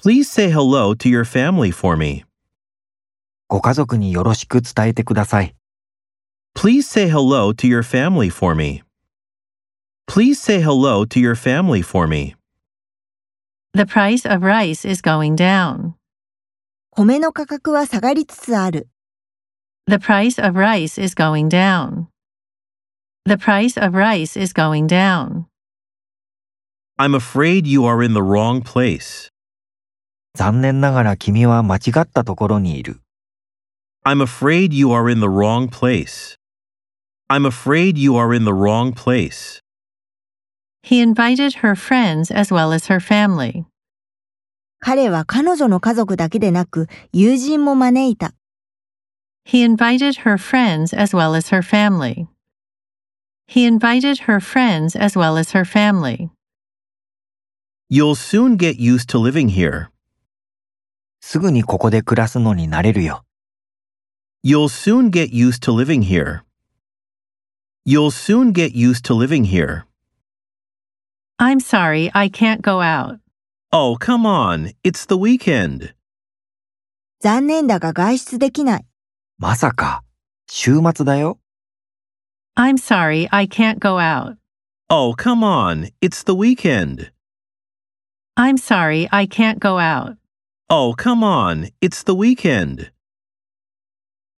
Please say hello to your family for me. ご家族によろしく伝えてください。 Please say hello to your family for me. Please say hello to your family for me. The price of rice is going down. 米の価格は下がりつつある。 The price of rice is going down. The price of rice is going down. I'm afraid you are in the wrong place. 残念ながら君は間違ったところにいる。 I'm afraid you are in the wrong place. I'm afraid you are in the wrong place. He invited her friends as well as her family. 彼は彼女の家族だけでなく友人も招いた。 He invited her friends as well as her family. He invited her friends as well as her family. You'll soon get used to living here. すぐにここで暮らすのになれるよ。 You'll soon get used to living here. You'll soon get used to living here. I'm sorry, I can't go out. Oh, come on. It's the weekend. 残念だが外出できない。まさか、週末だよ。 I'm sorry, I can't go out. Oh, come on. It's the weekend. I'm sorry, I can't go out. Oh, come on. It's the weekend.